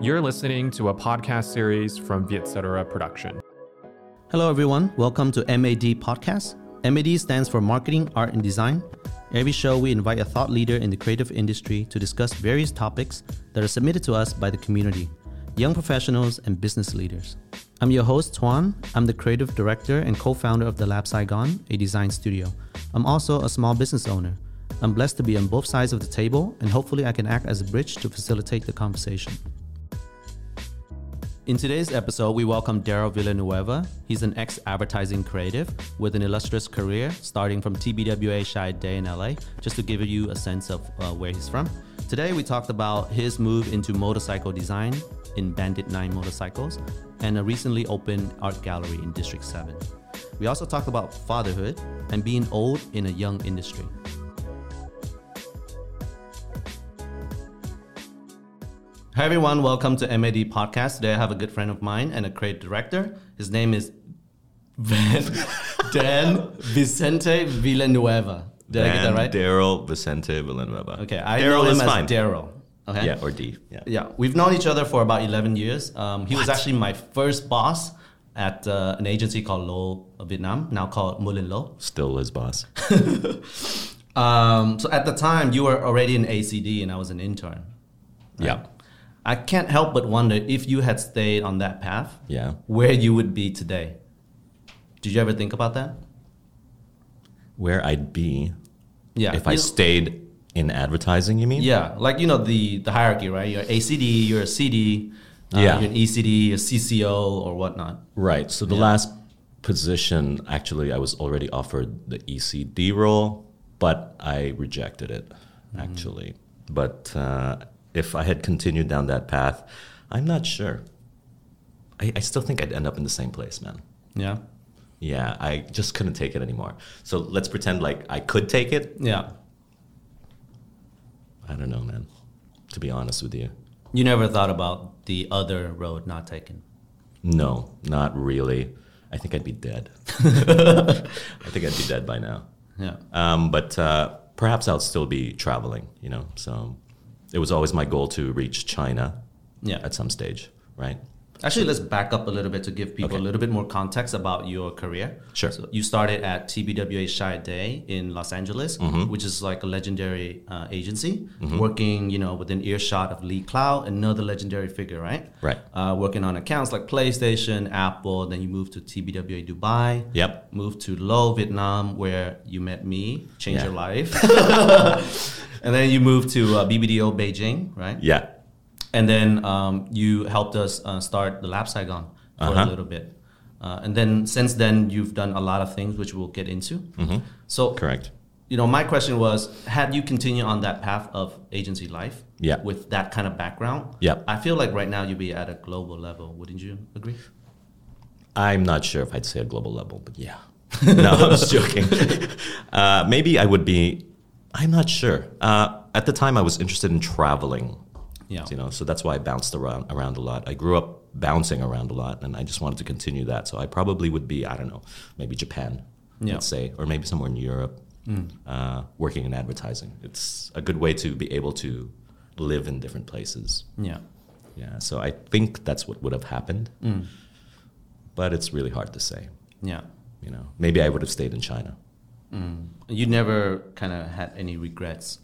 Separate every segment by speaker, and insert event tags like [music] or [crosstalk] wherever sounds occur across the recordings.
Speaker 1: You're listening to a podcast series from Vietcetera Production.
Speaker 2: Hello, everyone. Welcome to MAD Podcast. MAD stands for Marketing, Art, and Design. Every show, we invite a thought leader in the creative industry to discuss various topics that are submitted to us by the community, young professionals, and business leaders. I'm your host, Tuan. I'm the creative director and co founder of The Lab Saigon, a design studio. I'm also a small business owner. I'm blessed to be on both sides of the table, and hopefully, I can act as a bridge to facilitate the conversation. In today's episode, we welcome Daryl Villanueva. He's an ex advertising creative with an illustrious career starting from TBWA Shy Day in LA, just to give you a sense of uh, where he's from. Today, we talked about his move into motorcycle design in Bandit 9 Motorcycles and a recently opened art gallery in District 7. We also talked about fatherhood and being old in a young industry. Hi everyone, welcome to MAD Podcast. Today I have a good friend of mine and a creative director. His name is Van
Speaker 3: [laughs]
Speaker 2: Dan Vicente Villanueva. Did I get that
Speaker 3: And
Speaker 2: right?
Speaker 3: Daryl Vicente Villanueva.
Speaker 2: okay, I
Speaker 3: Daryl
Speaker 2: know
Speaker 3: is
Speaker 2: him as
Speaker 3: fine.
Speaker 2: Daryl. Okay.
Speaker 3: Yeah, or D. Yeah.
Speaker 2: Yeah, we've known each other for about 11 years. Um, he was actually my first boss at uh, an agency called Lo Vietnam, now called Mulin Lo.
Speaker 3: Still
Speaker 2: [laughs]
Speaker 3: his boss.
Speaker 2: Um, so at the time, you were already in ACD and I was an intern.
Speaker 3: yeah.
Speaker 2: I can't help but wonder if you had stayed on that path,
Speaker 3: Yeah.
Speaker 2: where you would be today. Did you ever think about that?
Speaker 3: Where I'd be
Speaker 2: Yeah.
Speaker 3: if I
Speaker 2: you-
Speaker 3: stayed in advertising, you mean?
Speaker 2: Yeah, like you know the the hierarchy, right? You're ACD, you're a CD, uh,
Speaker 3: Yeah.
Speaker 2: you're an ECD, a CCO, or whatnot.
Speaker 3: Right. So the last position, actually, I was already offered the ECD role, but I rejected it,
Speaker 2: Mm-hmm.
Speaker 3: actually. But uh, if I had continued down that path, I'm not sure. I, I still think I'd end up in the same place, man.
Speaker 2: Yeah,
Speaker 3: Yeah, I just couldn't take it anymore. So let's pretend like I could take it.
Speaker 2: yeah.
Speaker 3: I don't know, man. To be honest with you,
Speaker 2: You never thought about the other road not taken.
Speaker 3: no, not really. I think I'd be dead. [laughs] I think I'd be dead by now.
Speaker 2: Yeah,
Speaker 3: Um, but uh, perhaps I'll still be traveling, you know? So it was always my goal to reach China
Speaker 2: yeah.
Speaker 3: at some stage, right?
Speaker 2: Actually, let's back up a little bit to give people a
Speaker 3: Okay.
Speaker 2: little bit more context about your career.
Speaker 3: Sure.
Speaker 2: So you started at TBWA Shy Day in Los Angeles,
Speaker 3: Mm-hmm.
Speaker 2: which is like a legendary uh, agency, working you know within earshot of Lee Cloud, another legendary figure, right?
Speaker 3: Right.
Speaker 2: Uh, working on accounts like PlayStation, Apple. Then you moved to TBWA Dubai.
Speaker 3: Yep.
Speaker 2: Moved to Low Vietnam, where you met me, changed
Speaker 3: Yeah.
Speaker 2: your
Speaker 3: [laughs]
Speaker 2: life. [laughs] and then you moved to uh, BBDO Beijing, right?
Speaker 3: Yeah.
Speaker 2: And then um, you helped us uh, start the Lab Saigon for a
Speaker 3: Uh-huh.
Speaker 2: little bit. Uh, and then since then, you've done a lot of things, which we'll get into. So,
Speaker 3: Mm-hmm. Correct.
Speaker 2: you know, my question was had you continued on that path of agency life
Speaker 3: Yeah.
Speaker 2: with that kind of background?
Speaker 3: Yeah.
Speaker 2: I feel like right now you'd be at a global level. Wouldn't you agree?
Speaker 3: I'm not sure if I'd say a global level, but yeah. [laughs] no, I was joking. Uh, maybe I would be. I'm not sure. Uh, at the time, I was interested in traveling.
Speaker 2: Yeah.
Speaker 3: You know, so that's why I bounced around around a lot. I grew up bouncing around a lot, and I just wanted to continue that. So I probably would be. I don't know, maybe Japan,
Speaker 2: Yeah.
Speaker 3: let's say, or maybe somewhere in Europe, uh, working in advertising. It's a good way to be able to live in different places.
Speaker 2: Yeah.
Speaker 3: Yeah, so I think that's what would have happened.
Speaker 2: Mm.
Speaker 3: But it's really hard to say,
Speaker 2: Yeah.
Speaker 3: you know. Maybe I would have stayed in China.
Speaker 2: You never kind of had any regrets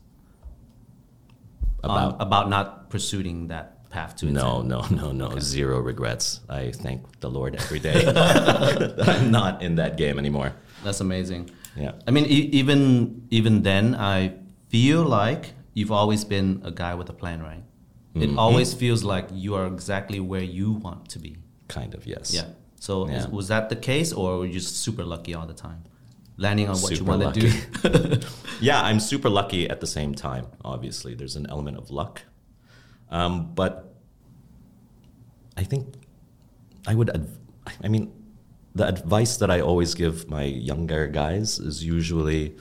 Speaker 2: on-
Speaker 3: About
Speaker 2: about not pursuing that path to its
Speaker 3: no,
Speaker 2: end?
Speaker 3: no, no, no, zero regrets. I thank the Lord
Speaker 2: [laughs]
Speaker 3: every day [laughs] that I'm not in that game anymore.
Speaker 2: That's amazing.
Speaker 3: Yeah.
Speaker 2: I mean, e- even even then, I feel like you've always been a guy with a plan, right? It always feels like you are exactly where you want to be.
Speaker 3: Kind of, yes.
Speaker 2: Yeah. So is-
Speaker 3: Yeah.
Speaker 2: was that the case, or were you just super lucky all the time, landing on what you
Speaker 3: Super
Speaker 2: want to do?
Speaker 3: Yeah, I'm super lucky at the same time, obviously. There's an element of luck. Um, but I think I would, adv- I mean, the advice that I always give my younger guys is usually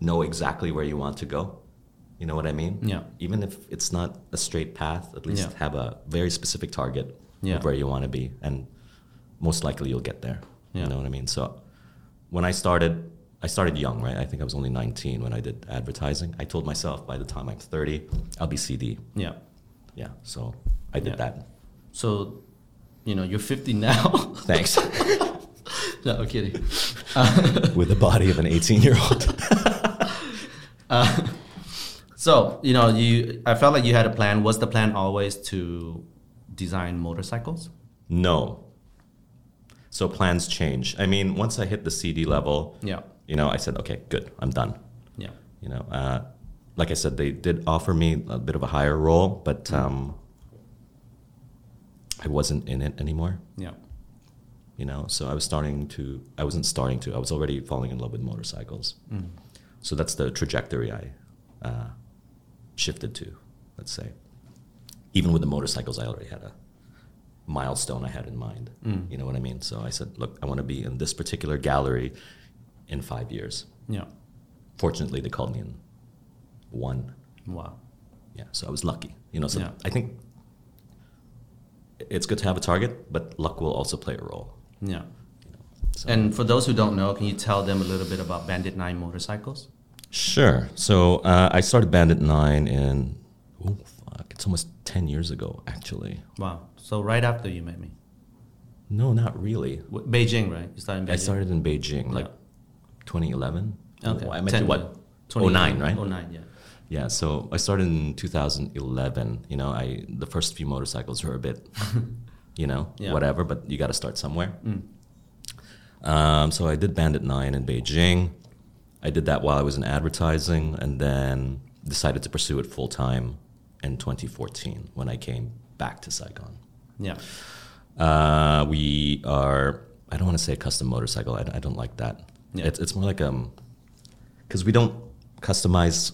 Speaker 3: know exactly where you want to go. You know what I mean?
Speaker 2: [laughs] Yeah.
Speaker 3: Even if it's not a straight path, at least
Speaker 2: Yeah.
Speaker 3: have a very specific target
Speaker 2: Yeah.
Speaker 3: of where you want to be. And most likely you'll get there.
Speaker 2: Yeah.
Speaker 3: You know what I mean? So when I started, I started young, right? I think I was only 19 when I did advertising. I told myself by the time I'm 30, I'll be CD.
Speaker 2: yeah.
Speaker 3: yeah, so I did
Speaker 2: Yeah.
Speaker 3: that.
Speaker 2: So, you know, you're 50 now.
Speaker 3: Thanks.
Speaker 2: [laughs] no, I'm kidding.
Speaker 3: With the body of an 18 year old.
Speaker 2: So, you know, you I felt like you had a plan. Was the plan always to design motorcycles?
Speaker 3: No. So plans change. I mean, once I hit the CD level,
Speaker 2: Yeah.
Speaker 3: you know, I said, okay, good, I'm done.
Speaker 2: Yeah.
Speaker 3: You know, uh, like I said, they did offer me a bit of a higher role, but um, I wasn't in it anymore.
Speaker 2: Yeah.
Speaker 3: you know so i was starting to i wasn't starting to i was already falling in love with motorcycles
Speaker 2: Mm,
Speaker 3: so that's the trajectory i uh, shifted to let's say even with the motorcycles i already had a milestone i had in mind you know what i mean so i said look i want to be in this particular gallery in five years
Speaker 2: Yeah.
Speaker 3: fortunately they called me in one
Speaker 2: Wow.
Speaker 3: yeah so i was lucky you know so
Speaker 2: Yeah.
Speaker 3: i think it's good to have a target but luck will also play a role
Speaker 2: Yeah.
Speaker 3: so.
Speaker 2: And for those who don't know, can you tell them a little bit about Bandit 9 motorcycles?
Speaker 3: Sure. So uh, I started Bandit Nine in oh fuck, it's almost ten years ago actually.
Speaker 2: Wow. So right after you met me.
Speaker 3: No, not really.
Speaker 2: W- Beijing, right? You started in Beijing.
Speaker 3: I started in Beijing like
Speaker 2: Yeah.
Speaker 3: 2011.
Speaker 2: Okay.
Speaker 3: Oh, I met
Speaker 2: Ten-
Speaker 3: you what?
Speaker 2: 2009,
Speaker 3: 09, right?
Speaker 2: 09, yeah.
Speaker 3: Yeah. So I started in 2011. You know, I the first few motorcycles were a bit, you know,
Speaker 2: Yeah.
Speaker 3: whatever. But you got to start somewhere. Um, so I did Bandit Nine in Beijing. I did that while I was in advertising, and then decided to pursue it full time in 2014 when I came back to Saigon.
Speaker 2: Yeah.
Speaker 3: Uh, we are. I don't want to say a custom motorcycle. I, I don't like that.
Speaker 2: Yeah.
Speaker 3: It's it's more like um, because we don't customize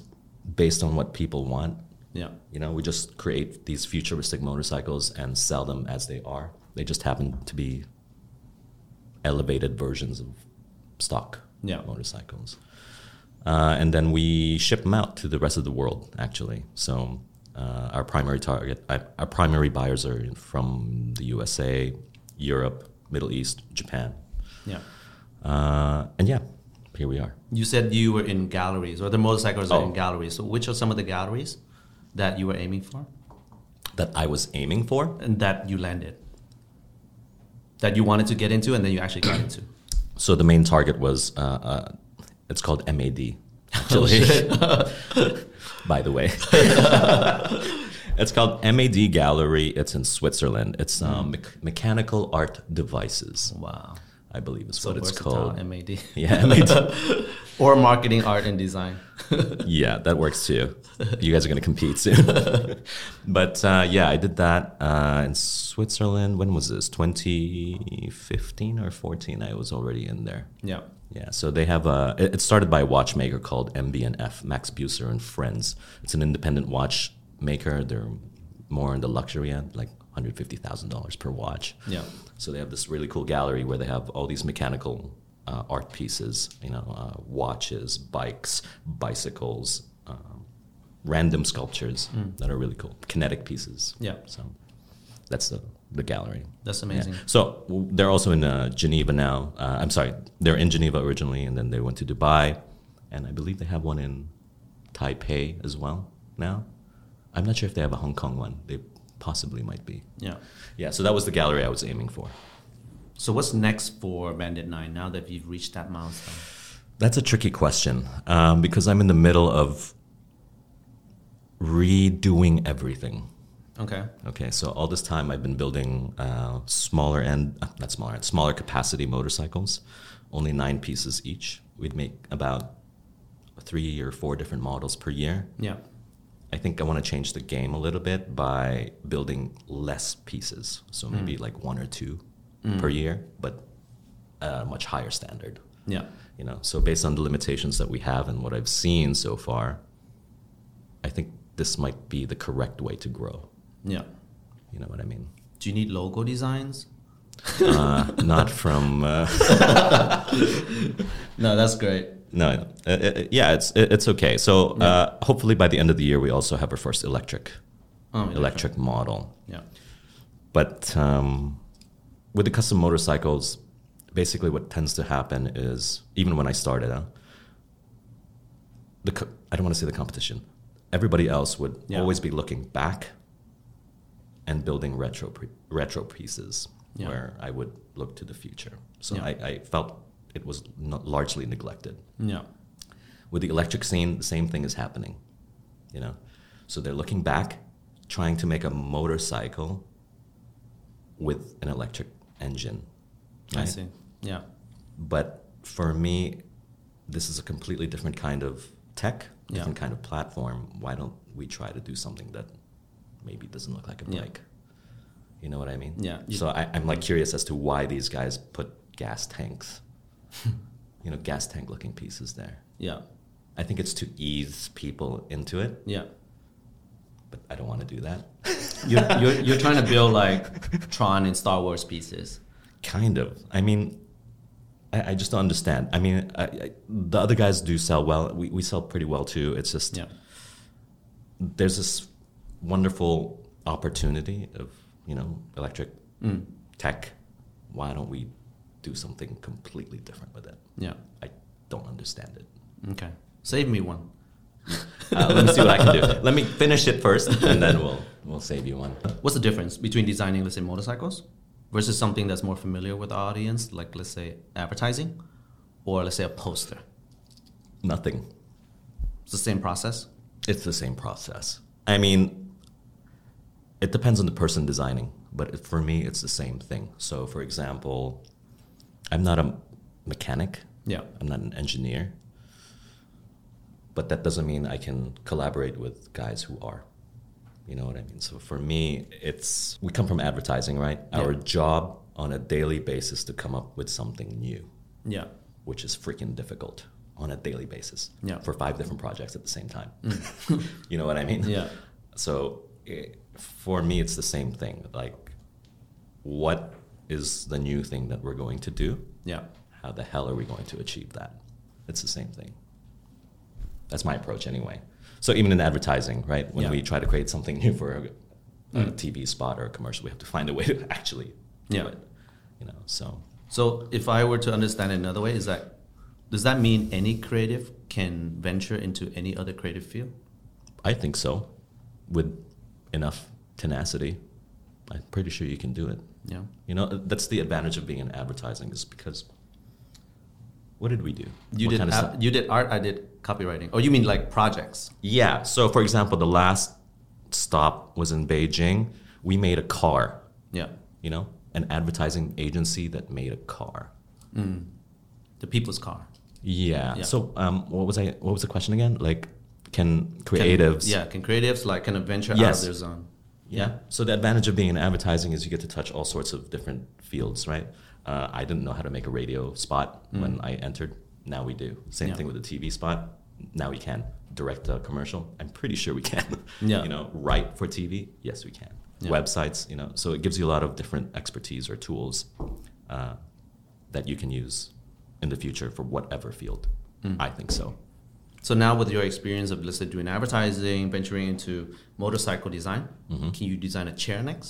Speaker 3: based on what people want.
Speaker 2: Yeah.
Speaker 3: You know, we just create these futuristic motorcycles and sell them as they are. They just happen to be elevated versions of stock
Speaker 2: Yeah.
Speaker 3: Oh. motorcycles. Uh, and then we ship them out to the rest of the world, actually. So uh, our primary target, our our primary buyers are from the USA, Europe, Middle East, Japan.
Speaker 2: Yeah.
Speaker 3: Uh, and yeah, here we are.
Speaker 2: You said you were in galleries or the motorcycles are
Speaker 3: Oh.
Speaker 2: in galleries. So which are some of the galleries that you were aiming for
Speaker 3: That I was aiming for.
Speaker 2: and that you landed? That you wanted to get into and then you actually got
Speaker 3: [coughs]
Speaker 2: into.
Speaker 3: So the main target was, uh, uh, it's called MAD,
Speaker 2: Oh,
Speaker 3: actually,
Speaker 2: shit.
Speaker 3: [laughs] by the way. [laughs] it's called MAD Gallery. It's in Switzerland. It's
Speaker 2: Hmm.
Speaker 3: um, mech- Mechanical Art Devices,
Speaker 2: wow.
Speaker 3: I believe is
Speaker 2: So
Speaker 3: what it's
Speaker 2: versatile,
Speaker 3: called.
Speaker 2: MAD.
Speaker 3: [laughs] Yeah, MAD.
Speaker 2: or marketing, art, and design.
Speaker 3: yeah, that works too. You guys are gonna compete soon. [laughs] but uh, yeah, I did that uh, in Switzerland. When was this? 2015 or 14? I was already in there.
Speaker 2: Yeah.
Speaker 3: Yeah, so they have a. It it started by a watchmaker called MBNF, Max Buser and Friends. It's an independent watchmaker. They're more in the luxury end, like hundred fifty thousand dollars per watch.
Speaker 2: Yeah.
Speaker 3: So they have this really cool gallery where they have all these mechanical uh, art pieces, you know, uh, watches, bikes, bicycles, um, random sculptures that are really cool, kinetic pieces.
Speaker 2: Hmm. Yeah.
Speaker 3: So that's the the gallery.
Speaker 2: That's
Speaker 3: Yeah.
Speaker 2: amazing.
Speaker 3: So w- they're also in uh, Geneva now. Uh, I'm sorry, they're in Geneva originally, and then they went to Dubai, and I believe they have one in Taipei as well now. I'm not sure if they have a Hong Kong one. They possibly might be.
Speaker 2: Yeah.
Speaker 3: Yeah. So that was the gallery I was aiming for.
Speaker 2: So what's next for Bandit 9 now that you've reached that milestone?
Speaker 3: That's a tricky question um, because I'm in the middle of redoing everything.
Speaker 2: Okay.
Speaker 3: Okay, so all this time I've been building uh, smaller and uh, not smaller, end, smaller capacity motorcycles, only nine pieces each. We'd make about three or four different models per year.
Speaker 2: Yeah.
Speaker 3: I think I want to change the game a little bit by building less pieces, so maybe like one or two per year, but a much higher standard.
Speaker 2: Yeah.
Speaker 3: You know, so based on the limitations that we have and what I've seen so far, I think this might be the correct way to grow.
Speaker 2: Yeah.
Speaker 3: You know what I mean?
Speaker 2: Do you need logo designs?
Speaker 3: [laughs] uh, not from uh,
Speaker 2: No, that's great.
Speaker 3: no uh, uh, yeah it's it- it's okay so uh, hopefully by the end of the year we also have our first electric
Speaker 2: Oh,
Speaker 3: electric model
Speaker 2: Yeah.
Speaker 3: but um, with the custom motorcycles basically what tends to happen is even when i started uh, the co- i don't want to say the competition everybody else would
Speaker 2: Yeah.
Speaker 3: always be looking back and building retro pre- retro pieces
Speaker 2: Yeah.
Speaker 3: where I would look to the future. So
Speaker 2: Yeah.
Speaker 3: I, I felt it was not largely neglected.
Speaker 2: Yeah.
Speaker 3: With the electric scene, the same thing is happening. You know, so they're looking back, trying to make a motorcycle with an electric engine.
Speaker 2: I
Speaker 3: right?
Speaker 2: see. Yeah.
Speaker 3: but for me this is a completely different kind of tech
Speaker 2: Yeah.
Speaker 3: different kind of platform why don't we try to do something that maybe doesn't look like a
Speaker 2: Yeah.
Speaker 3: bike you know what i mean
Speaker 2: Yeah.
Speaker 3: so I, i'm like curious as to why these guys put gas
Speaker 2: [laughs]
Speaker 3: tanks you know gas tank looking pieces there
Speaker 2: Yeah.
Speaker 3: i think it's to ease people into it
Speaker 2: Yeah.
Speaker 3: but i don't want to do that [laughs]
Speaker 2: You're, you're, you're trying to build like [laughs] Tron and Star Wars pieces.
Speaker 3: Kind of. I mean, I, I just don't understand. I mean, I, I, the other guys do sell well. We, we sell pretty well too. It's just
Speaker 2: Yeah.
Speaker 3: there's this wonderful opportunity of you know electric
Speaker 2: Mm.
Speaker 3: tech. Why don't we do something completely different with it?
Speaker 2: Yeah.
Speaker 3: I don't understand it.
Speaker 2: Okay. Save me [laughs] one.
Speaker 3: Uh, let me see what I can do. Let me finish it first, and then we'll we'll save you one.
Speaker 2: What's the difference between designing, let's say, motorcycles versus something that's more familiar with the audience, like let's say advertising, or let's say a poster?
Speaker 3: Nothing.
Speaker 2: It's the same process.
Speaker 3: It's the same process. I mean, it depends on the person designing, but it- for me, it's the same thing. So, for example, I'm not a mechanic,
Speaker 2: Yeah.
Speaker 3: I'm not an engineer, but that doesn't mean I can collaborate with guys who are. You know what I mean? So, for me, it's we come from advertising, right?
Speaker 2: Yeah.
Speaker 3: Our job on a daily basis to come up with something new [laughs]
Speaker 2: Yeah.
Speaker 3: which is freaking difficult on a daily basis
Speaker 2: Yeah. Mm.
Speaker 3: for five different projects at the same time. [laughs] you know what I mean?
Speaker 2: Yeah.
Speaker 3: So it, for me, it's the same thing. Like, what is the new thing that we're going to do?
Speaker 2: Yeah.
Speaker 3: How the hell are we going to achieve that? It's the same thing. That's my approach, anyway. So even in advertising, right? When
Speaker 2: Yeah. Mm.
Speaker 3: we try to create something new for a, a TV spot or a commercial, we have to find a way to actually
Speaker 2: Yeah.
Speaker 3: do it. You know, so
Speaker 2: So if I were to understand it another way, is that does that mean any creative can venture into any other creative field?
Speaker 3: I think so. With enough tenacity, I'm pretty sure you can do it.
Speaker 2: Yeah.
Speaker 3: You know, that's the advantage of being in advertising is because what did we do?
Speaker 2: You
Speaker 3: What
Speaker 2: did
Speaker 3: kind of
Speaker 2: a-
Speaker 3: stuff?
Speaker 2: you did art, I did copywriting. Oh, you mean like projects?
Speaker 3: Yeah. So, for example, the last stop was in Beijing. We made a car,
Speaker 2: Yeah.
Speaker 3: you know, an advertising agency that made a car.
Speaker 2: The people's car.
Speaker 3: Yeah.
Speaker 2: Yeah.
Speaker 3: So, um, what was I? What was the question again? Like, can creatives?
Speaker 2: Yeah, can creatives like kind of venture out
Speaker 3: Yes.
Speaker 2: of their zone?
Speaker 3: Yeah. So the advantage of being in advertising is you get to touch all sorts of different fields, right? Uh, I didn't know how to make a radio spot when I entered. Now we do. Same
Speaker 2: Mm. Yeah.
Speaker 3: thing with the TV spot. Now we can direct a commercial. I'm pretty sure we can. [laughs]
Speaker 2: Yeah.
Speaker 3: you know, write for TV. Yes, we can.
Speaker 2: Yeah.
Speaker 3: Websites. You know, so it gives you a lot of different expertise or tools uh, that you can use in the future for whatever field.
Speaker 2: Mm.
Speaker 3: I think so.
Speaker 2: So now, with your experience of let's say doing advertising, venturing into motorcycle design,
Speaker 3: Mm-hmm.
Speaker 2: can you design a chair next?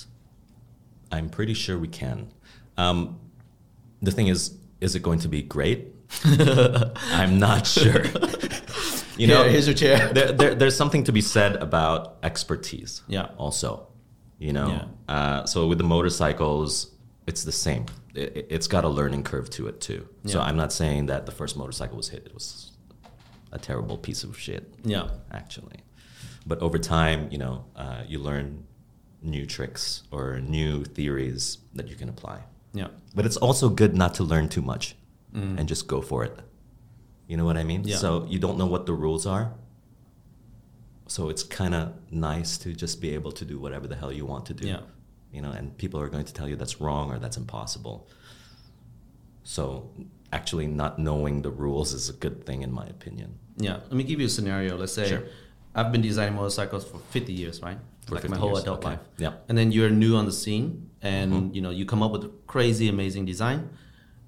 Speaker 3: I'm pretty sure we can. Um, the thing is, is it going to be
Speaker 2: [laughs]
Speaker 3: great? I'm not sure. you know,
Speaker 2: Here, here's your
Speaker 3: [laughs]
Speaker 2: chair.
Speaker 3: there, there, there's something to be said about expertise.
Speaker 2: Yeah.
Speaker 3: Also, you know, uh, so with the motorcycles, it's the same. It, it- it's got a learning curve to it too. So
Speaker 2: Yeah.
Speaker 3: I'm not saying that the first motorcycle was hit. It was a terrible piece of shit
Speaker 2: Yeah,
Speaker 3: actually. But over time, you know, uh, you learn new tricks or new theories that you can apply.
Speaker 2: yeah,
Speaker 3: But it's also good not to learn too much and just go for it. You know what I mean?
Speaker 2: Yeah.
Speaker 3: So you don't know what the rules are. So it's kind of nice to just be able to do whatever the hell you want to do.
Speaker 2: Yeah.
Speaker 3: You know, and people are going to tell you that's wrong or that's impossible. So actually, not knowing the rules is a good thing, in my opinion.
Speaker 2: yeah. Let me give you a scenario. Let's say
Speaker 3: Sure.
Speaker 2: I've been designing motorcycles for 50 years, right?
Speaker 3: For
Speaker 2: like my
Speaker 3: 50
Speaker 2: whole
Speaker 3: years,
Speaker 2: adult
Speaker 3: okay.
Speaker 2: life.
Speaker 3: Yeah. Mm-hmm.
Speaker 2: And then you're new on the scene, and you know you come up with a crazy, amazing design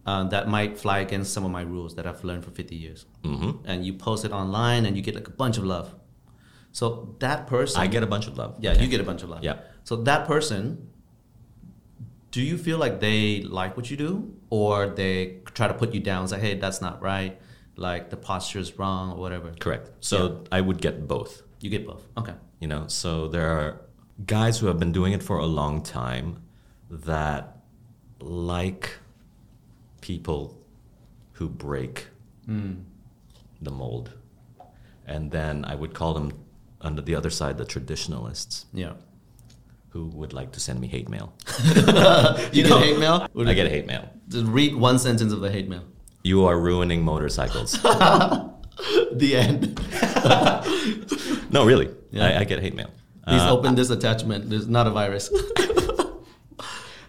Speaker 2: uh, that might fly against some of my rules that I've learned for 50 years. Mm-hmm. And you post it online, and you get like a bunch of love. So that person,
Speaker 3: I get a bunch of love.
Speaker 2: Yeah,
Speaker 3: Okay.
Speaker 2: you get a bunch of love.
Speaker 3: Yeah.
Speaker 2: So that person, do you feel like they like what you do, or they try to put you down? It's like, hey, that's not right. Like the posture is wrong, or whatever.
Speaker 3: Correct. So I would get both.
Speaker 2: You get both. Okay.
Speaker 3: You know, so there are guys who have been doing it for a long time that like people who break the mold. And then I would call them under the other side the traditionalists
Speaker 2: [laughs] Yeah.
Speaker 3: who would like to send me hate mail.
Speaker 2: You, get hate mail?
Speaker 3: I get hate mail.
Speaker 2: Just read one sentence of the hate mail.
Speaker 3: You are ruining motorcycles.
Speaker 2: [laughs] The end.
Speaker 3: no, really.
Speaker 2: Yeah.
Speaker 3: I, I get hate mail.
Speaker 2: Please open this attachment. There's not a virus. [laughs]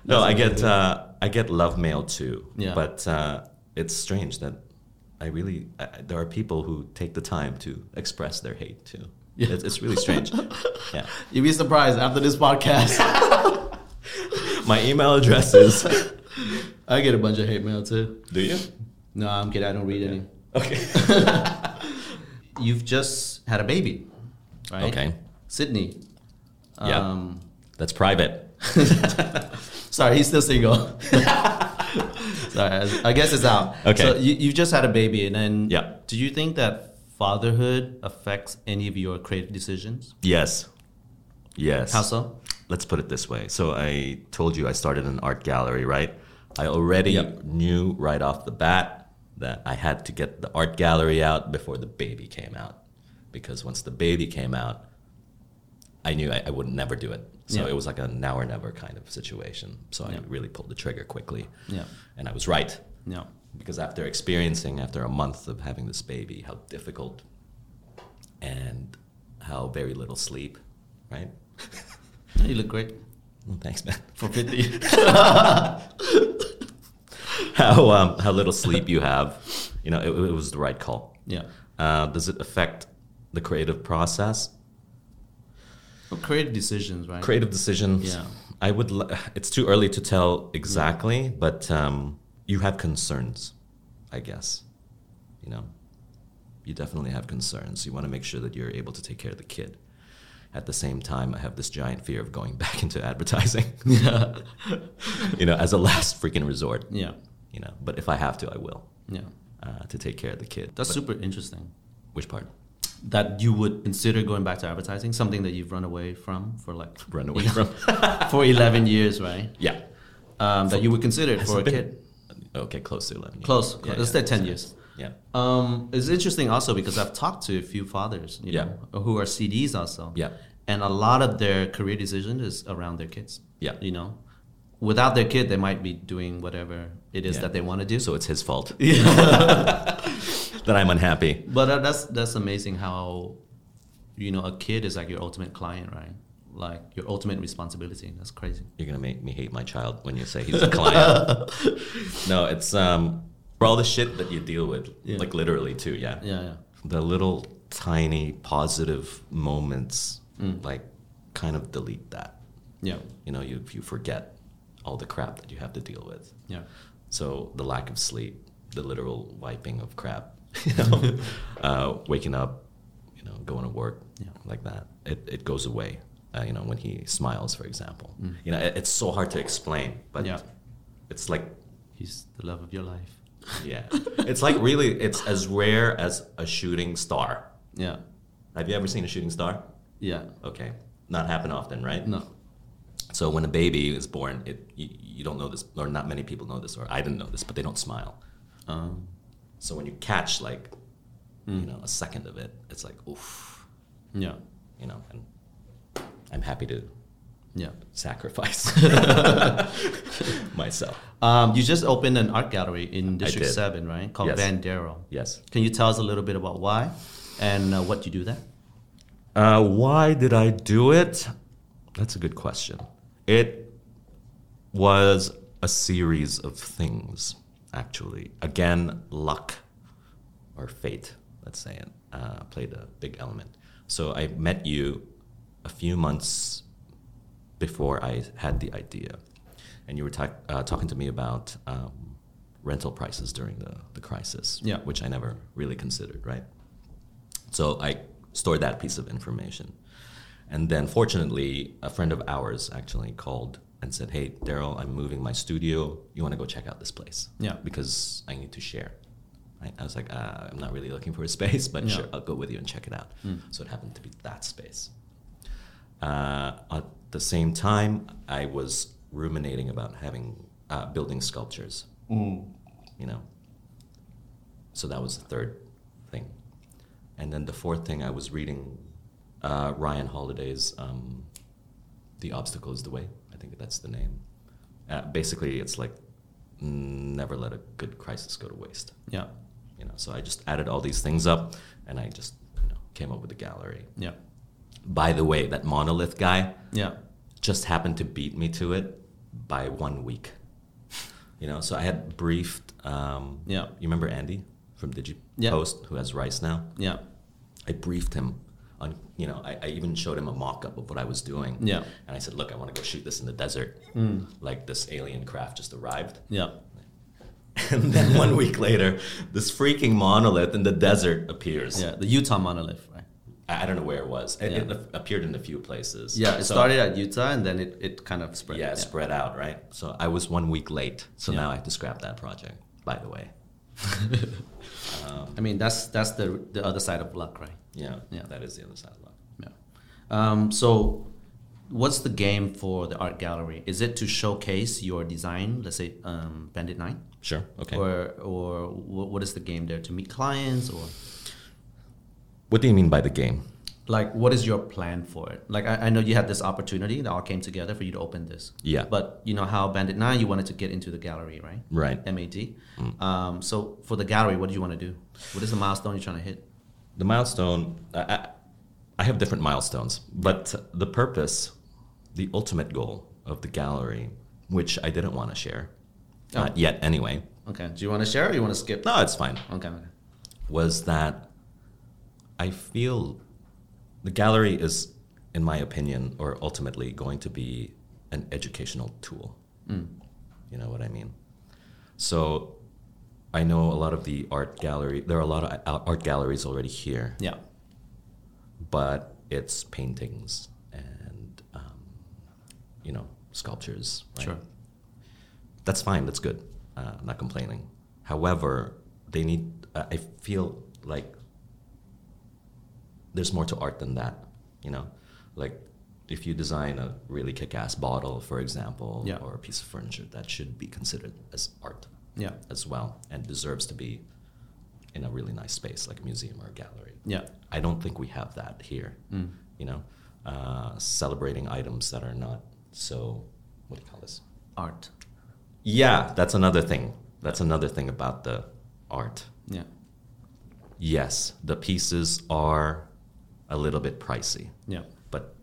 Speaker 3: No, I get uh, I get love mail too.
Speaker 2: Yeah.
Speaker 3: But uh, it's strange that I really I, I- there are people who take the time to express their hate too.
Speaker 2: Yeah.
Speaker 3: It's, it's really
Speaker 2: [laughs]
Speaker 3: strange. yeah.
Speaker 2: You'd be surprised after this podcast. [laughs]
Speaker 3: My email address is.
Speaker 2: I get a bunch of hate mail too.
Speaker 3: Do you?
Speaker 2: No, I'm kidding. I don't read any.
Speaker 3: Okay.
Speaker 2: You've just had a baby, right?
Speaker 3: Okay.
Speaker 2: Sydney.
Speaker 3: Yeah.
Speaker 2: Um,
Speaker 3: That's private.
Speaker 2: Sorry, he's still
Speaker 3: [laughs]
Speaker 2: single. Sorry, I- I guess it's out.
Speaker 3: Okay.
Speaker 2: So you, you've just had a baby, and then
Speaker 3: Yeah.
Speaker 2: do you think that fatherhood affects any of your creative decisions?
Speaker 3: Yes. Yes.
Speaker 2: How so?
Speaker 3: let's put it this way. So I told you I started an art gallery, right? I already knew right off the bat that I had to get the art gallery out before the baby came out, because once the baby came out, I knew I, I would never do it. So
Speaker 2: Yeah.
Speaker 3: it was like a now or never kind of situation. So I really pulled the trigger quickly,
Speaker 2: Yeah.
Speaker 3: and I was right
Speaker 2: No.
Speaker 3: because after experiencing after a month of having this baby how difficult and how very little sleep right
Speaker 2: You look great
Speaker 3: Well, thanks man
Speaker 2: for
Speaker 3: [laughs]
Speaker 2: 50.
Speaker 3: how um, how little sleep you have. You know, it, it was the right call.
Speaker 2: yeah.
Speaker 3: Uh, does it affect the creative process?
Speaker 2: Well, creative decisions, right?
Speaker 3: Creative decisions.
Speaker 2: Yeah.
Speaker 3: I would. L- it's too early to tell exactly, but um, you have concerns, I guess. You know, you definitely have concerns. You want to make sure that you're able to take care of the kid. At the same time, I have this giant fear of going [laughs] back into advertising. [laughs] you know, as a last freaking resort.
Speaker 2: yeah.
Speaker 3: You know, but if I have to, I will.
Speaker 2: Yeah.
Speaker 3: uh, to take care of the kid.
Speaker 2: That's
Speaker 3: But
Speaker 2: super interesting.
Speaker 3: which part?
Speaker 2: That you would consider going back to advertising, something that you've run away from for like
Speaker 3: Run away from.
Speaker 2: [laughs] for 11 years, right?
Speaker 3: yeah.
Speaker 2: Um, that you would consider it
Speaker 3: Has
Speaker 2: for
Speaker 3: it
Speaker 2: a
Speaker 3: been-
Speaker 2: kid.
Speaker 3: Okay, close to eleven. yeah.
Speaker 2: Close.
Speaker 3: Yeah,
Speaker 2: Let's
Speaker 3: yeah.
Speaker 2: say 10 years.
Speaker 3: Yeah.
Speaker 2: Um, it's interesting also because I've talked to a few fathers, you
Speaker 3: Yeah.
Speaker 2: know, who are CDs also.
Speaker 3: Yeah.
Speaker 2: And a lot of their career decision is around their kids.
Speaker 3: Yeah.
Speaker 2: You know, without their kid, they might be doing whatever it is
Speaker 3: Yeah.
Speaker 2: that they want to do.
Speaker 3: So it's his
Speaker 2: [laughs]
Speaker 3: fault [laughs] that I'm unhappy.
Speaker 2: but uh, that's that's amazing how, you know, a kid is like your ultimate client, right? Like your ultimate responsibility. That's crazy.
Speaker 3: You're gonna make me hate my child when you say he's a client.
Speaker 2: [laughs]
Speaker 3: no, it's um for all the shit that you deal with,
Speaker 2: Yeah.
Speaker 3: like literally too. Yeah.
Speaker 2: Yeah. Yeah.
Speaker 3: The little tiny positive moments,
Speaker 2: Mm.
Speaker 3: like kind of delete that.
Speaker 2: Yeah.
Speaker 3: You know, you you forget all the crap that you have to deal with.
Speaker 2: Yeah.
Speaker 3: So the lack of sleep, the literal wiping of crap, [laughs] you
Speaker 2: [laughs]
Speaker 3: know, uh, waking up, you know, going to work,
Speaker 2: Yeah.
Speaker 3: like that. It, it goes away. Uh, you know, when he smiles, for example, you know, it, it's so hard to explain, but
Speaker 2: Mm. Yeah.
Speaker 3: it's like,
Speaker 2: He's the love of your life.
Speaker 3: yeah, it's like really, it's as rare as a shooting star.
Speaker 2: Yeah.
Speaker 3: Have you ever seen a shooting star?
Speaker 2: Yeah.
Speaker 3: Okay, not happen often, right?
Speaker 2: No.
Speaker 3: So when a baby is born, it you, you don't know this, or not many people know this, or I didn't know this, but they don't smile.
Speaker 2: Um,
Speaker 3: So when you catch like, you know, a second of it, it's like, oof,
Speaker 2: yeah.
Speaker 3: you know, and I'm happy to
Speaker 2: Yeah. [laughs]
Speaker 3: sacrifice [laughs] myself.
Speaker 2: Um, you just opened an art gallery in District
Speaker 3: did.
Speaker 2: 7, right? Called
Speaker 3: Yes.
Speaker 2: Van Darrow.
Speaker 3: Yes.
Speaker 2: Can you tell us a little bit about why and uh, what you do there?
Speaker 3: Uh, why did I do it? That's a good question. It was a series of things, actually. Again, luck or fate, let's say it, uh, played a big element. So I met you a few months before I had the idea. And you were ta- uh, talking to me about um, rental prices during the, the crisis,
Speaker 2: Yeah.
Speaker 3: which I never really considered, right? So I stored that piece of information. And then, fortunately, a friend of ours actually called and said, Hey, Daryl, I'm moving my studio. You want to go check out this place?
Speaker 2: Yeah.
Speaker 3: Because I need to share. Right? I was like, uh, I'm not really looking for a [laughs] space, but
Speaker 2: Yeah. Hmm.
Speaker 3: sure, I'll go with you and check it out. So it happened to be that space. Uh, at the same time, I was ruminating about having uh, building sculptures.
Speaker 2: Mm.
Speaker 3: You know, so that was the third thing, and then the fourth thing I was reading uh, Ryan Holiday's um, "The Obstacle Is the Way." I think that's the name. Uh, basically, it's like never let a good crisis go to waste
Speaker 2: Yeah.
Speaker 3: you know so i just added all these things up and i just you know came up with the gallery
Speaker 2: Yeah.
Speaker 3: by the way that monolith guy
Speaker 2: Yeah.
Speaker 3: just happened to beat me to it by one week [laughs] you know so i had briefed um,
Speaker 2: Yeah.
Speaker 3: you remember andy from digipost
Speaker 2: Yeah.
Speaker 3: who has rice now
Speaker 2: Yeah.
Speaker 3: i briefed him on you know I, I even showed him a mock-up of what i was doing
Speaker 2: Yeah. Mm.
Speaker 3: and i said look i want to go shoot this in the desert like this alien craft just arrived [laughs]
Speaker 2: Yeah.
Speaker 3: and then one [laughs] week later this freaking monolith in the desert appears
Speaker 2: Yeah. The Utah monolith, right?
Speaker 3: I I don't know where it was. It,
Speaker 2: Yeah.
Speaker 3: it appeared in a few places.
Speaker 2: Yeah. It
Speaker 3: So-
Speaker 2: started at Utah and then it, it kind of spread.
Speaker 3: Yeah, it spread out, right? So I was one week late. So
Speaker 2: Yeah.
Speaker 3: now I have to scrap that project. By the way,
Speaker 2: I mean, that's that's the the other side of luck, right?
Speaker 3: yeah,
Speaker 2: Yeah.
Speaker 3: that is the other side of luck.
Speaker 2: Yeah. Um, so, what's the game for the art gallery? Is it to showcase your design, let's say um, Bandit Nine,
Speaker 3: Sure. Okay.
Speaker 2: or or wh- what is the game there to meet clients, or
Speaker 3: what do you mean by the game?
Speaker 2: like what is your plan for it? Like I, I know you had this opportunity that all came together for you to open this.
Speaker 3: Yeah.
Speaker 2: But you know how Bandit Nine, you wanted to get into the gallery, right?
Speaker 3: Right.
Speaker 2: MAD.
Speaker 3: Mm.
Speaker 2: Um, so for the gallery, what do you want to do? What is the milestone you're trying to hit?
Speaker 3: The milestone. I, I, I have different milestones, but the purpose, the ultimate goal of the gallery, which I didn't want to share, not yet anyway.
Speaker 2: Okay. Do you want to share or you want to skip?
Speaker 3: No, it's fine.
Speaker 2: Okay. Okay.
Speaker 3: was that I feel the gallery is, in my opinion, or ultimately going to be an educational tool. You know what I mean? So I know a lot of the art gallery, there are a lot of a- art galleries already here,
Speaker 2: Yeah.
Speaker 3: but it's paintings and, um, you know, sculptures. right?
Speaker 2: Sure.
Speaker 3: that's fine. That's good. Uh, I'm not complaining. However, they need. Uh, I feel like there's more to art than that. You know, like if you design a really kick-ass bottle, for example,
Speaker 2: Yeah.
Speaker 3: or a piece of furniture, that should be considered as art
Speaker 2: Yeah.
Speaker 3: as well, and deserves to be in a really nice space like a museum or a gallery.
Speaker 2: Yeah. Mm.
Speaker 3: I don't think we have that here. You know, uh, celebrating items that are not so. What do you call this?
Speaker 2: Art.
Speaker 3: Yeah, that's another thing. That's another thing about the art.
Speaker 2: Yeah.
Speaker 3: Yes, the pieces are a little bit pricey,
Speaker 2: Yeah.
Speaker 3: but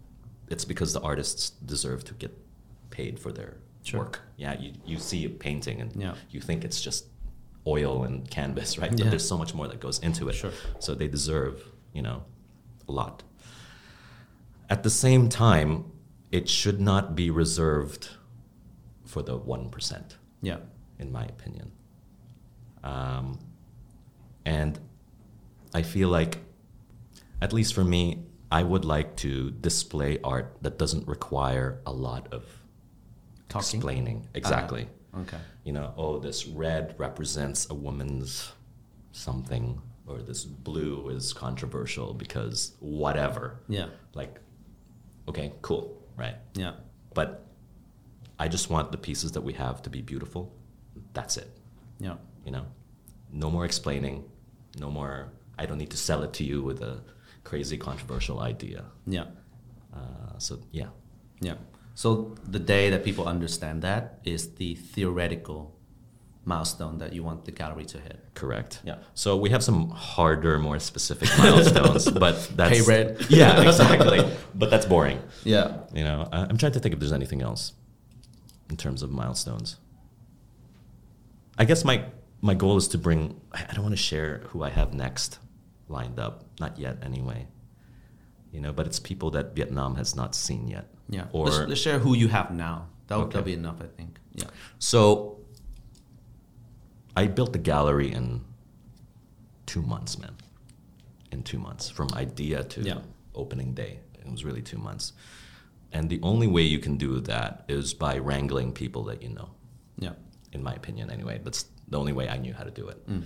Speaker 3: it's because the artists deserve to get paid for their
Speaker 2: Sure.
Speaker 3: work. Yeah, you, you see a painting and
Speaker 2: Yeah.
Speaker 3: you think it's just oil and canvas, [laughs] right?
Speaker 2: Yeah.
Speaker 3: But there's so much more that goes into it.
Speaker 2: Sure.
Speaker 3: So they deserve, you know, a lot. At the same time, it should not be reserved for the 1%
Speaker 2: Yeah.
Speaker 3: in my opinion. Um, and I feel like, at least for me, I would like to display art that doesn't require a lot of
Speaker 2: Talking.
Speaker 3: explaining. Exactly.
Speaker 2: Okay.
Speaker 3: You know, oh, this red represents a woman's something, or this blue is controversial because whatever.
Speaker 2: Yeah.
Speaker 3: Like, okay, cool, right?
Speaker 2: Yeah.
Speaker 3: But I just want the pieces that we have to be beautiful. That's it
Speaker 2: Yeah.
Speaker 3: you know no more explaining no more i don't need to sell it to you with a crazy controversial idea
Speaker 2: Yeah.
Speaker 3: uh, so yeah
Speaker 2: Yeah. So the day that people understand that is the theoretical milestone that you want the gallery to hit.
Speaker 3: correct
Speaker 2: Yeah.
Speaker 3: so we have some harder more specific milestones
Speaker 2: [laughs]
Speaker 3: but that's
Speaker 2: Pay rent. [laughs]
Speaker 3: yeah exactly but that's boring
Speaker 2: Yeah.
Speaker 3: you know I, i'm trying to think if there's anything else in terms of milestones i guess my my goal is to bring i I don't want to share who i have next lined up not yet anyway you know but it's people that vietnam has not seen yet
Speaker 2: Yeah.
Speaker 3: or
Speaker 2: let's, let's share who you have now. That would that'll
Speaker 3: Okay.
Speaker 2: be enough, I think. Yeah.
Speaker 3: so i built the gallery in two months man in two months from idea to
Speaker 2: Yeah.
Speaker 3: opening day it was really two months and the only way you can do that is by wrangling people that you know
Speaker 2: Yeah.
Speaker 3: in my opinion anyway that's the only way i knew how to do it
Speaker 2: Mm.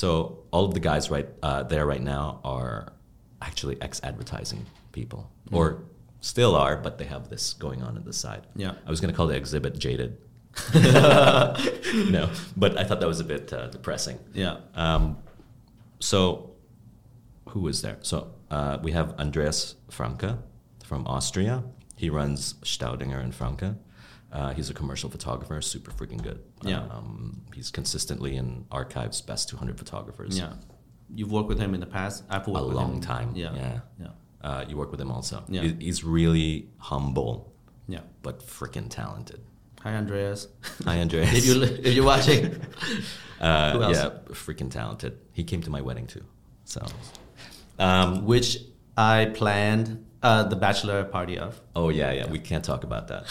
Speaker 3: so all of the guys
Speaker 2: Mm-hmm.
Speaker 3: right uh, there right now are actually ex-advertising people or still are, but they have this going on at the side. [laughs]
Speaker 2: Yeah.
Speaker 3: I was going to call the exhibit Jaded. no, but I thought that was a bit uh, depressing.
Speaker 2: Yeah.
Speaker 3: Um, so, who was there? So, uh, we have Andreas Franke from Austria. He runs Staudinger and Franke. Uh, he's a commercial photographer, super freaking good.
Speaker 2: Yeah.
Speaker 3: Um, he's consistently in archives, best 200 photographers.
Speaker 2: Yeah. You've worked with him in the past. I've worked
Speaker 3: A
Speaker 2: with
Speaker 3: long
Speaker 2: him.
Speaker 3: time.
Speaker 2: Yeah.
Speaker 3: Yeah.
Speaker 2: Yeah.
Speaker 3: Uh, you work with him also.
Speaker 2: Yeah.
Speaker 3: He- He's really humble,
Speaker 2: Yeah.
Speaker 3: but freaking talented.
Speaker 2: Hi, Andreas. [laughs]
Speaker 3: Hi, Andreas.
Speaker 2: if you if you're watching,
Speaker 3: [laughs] uh,
Speaker 2: who else?
Speaker 3: Yeah, freaking talented. He came to my wedding too. So, um,
Speaker 2: which I planned uh, the bachelor party of.
Speaker 3: oh yeah, yeah. We can't talk about that.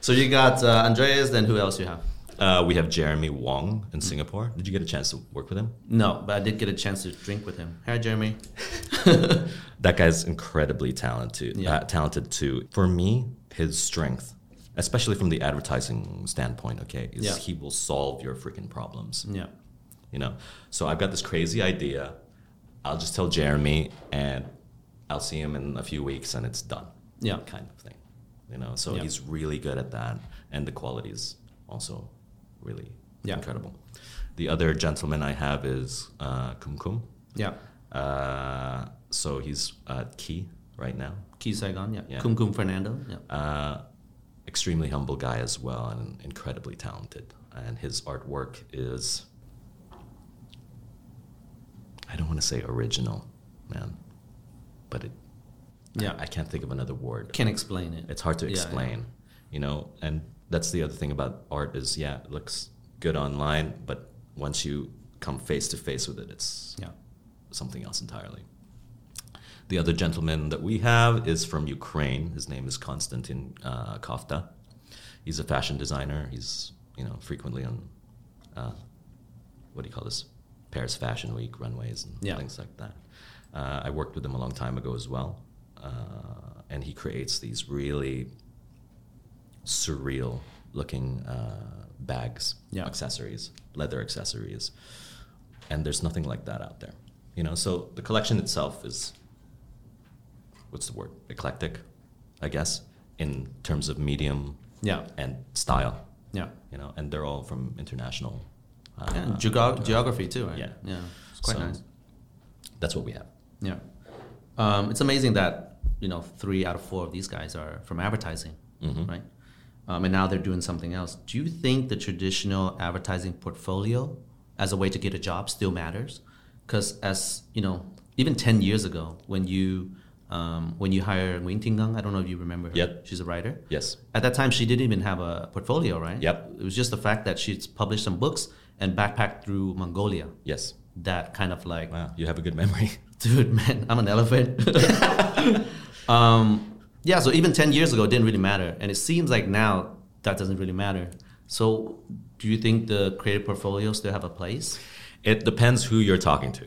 Speaker 2: So you got uh, Andreas, then who else you have?
Speaker 3: Uh, we have Jeremy Wong in Singapore. Did you get a chance to work with him?
Speaker 2: No, but I did get a chance to drink with him. Hi, Jeremy.
Speaker 3: That guy's incredibly talented.
Speaker 2: Yeah.
Speaker 3: Uh, talented too. For me, his strength, especially from the advertising standpoint, okay, is
Speaker 2: Yeah.
Speaker 3: he will solve your freaking problems.
Speaker 2: Yeah.
Speaker 3: You know. So I've got this crazy idea. I'll just tell Jeremy, and I'll see him in a few weeks, and it's done.
Speaker 2: Yeah.
Speaker 3: Kind of thing. You know. So
Speaker 2: Yeah.
Speaker 3: he's really good at that, and the quality is also really
Speaker 2: Yeah.
Speaker 3: incredible. The other gentleman I have is uh, Kum Kum.
Speaker 2: Yeah.
Speaker 3: Uh, so he's at Key right now.
Speaker 2: Key Saigon. Yeah.
Speaker 3: Yeah.
Speaker 2: Kum Kum Fernando. Yeah.
Speaker 3: Uh, extremely humble guy as well, and incredibly talented. And his artwork is, I don't want to say original, man, but it,
Speaker 2: Yeah.
Speaker 3: I, I can't think of another word.
Speaker 2: Can't explain it.
Speaker 3: it's hard to
Speaker 2: Yeah, yeah.
Speaker 3: explain, you know. And that's the other thing about art is, yeah, it looks good online, but once you come face to face with it, it's
Speaker 2: Yeah.
Speaker 3: something else entirely. The other gentleman that we have is from Ukraine. His name is Konstantin uh, Kofta. He's a fashion designer. He's you know frequently on uh, what do you call this Paris Fashion Week runways and
Speaker 2: Yeah.
Speaker 3: things like that. Uh, I worked with him a long time ago as well, uh, and he creates these really surreal looking uh, bags,
Speaker 2: Yeah.
Speaker 3: accessories, leather accessories. And there's nothing like that out there. You know, so the collection itself is what's the word? Eclectic, I guess, in terms of medium
Speaker 2: Yeah.
Speaker 3: and style,
Speaker 2: Yeah.
Speaker 3: you know, and they're all from international. Uh,
Speaker 2: And geog- geography too, right?
Speaker 3: Yeah.
Speaker 2: Yeah. It's quite
Speaker 3: So-
Speaker 2: nice.
Speaker 3: that's what we have.
Speaker 2: Yeah. Um, it's amazing that, you know, three out of four of these guys are from advertising,
Speaker 3: Mm-hmm.
Speaker 2: right? Um, and now they're doing something else. Do you think the traditional advertising portfolio as a way to get a job still matters? Because as, you know, even 10 years ago when you, um, when you hire Nguyen Ting Gang, I don't know if you remember her.
Speaker 3: Yep.
Speaker 2: She's a writer.
Speaker 3: Yes.
Speaker 2: At that time, she didn't even have a portfolio, right?
Speaker 3: Yep.
Speaker 2: It was just the fact that she's published some books and backpacked through Mongolia.
Speaker 3: Yes.
Speaker 2: That kind of like
Speaker 3: Wow. You have a good memory. [laughs]
Speaker 2: dude man i'm an elephant [laughs] um, yeah so even 10 years ago it didn't really matter and it seems like now that doesn't really matter so do you think the creative portfolio still have a place
Speaker 3: It depends who you're talking to.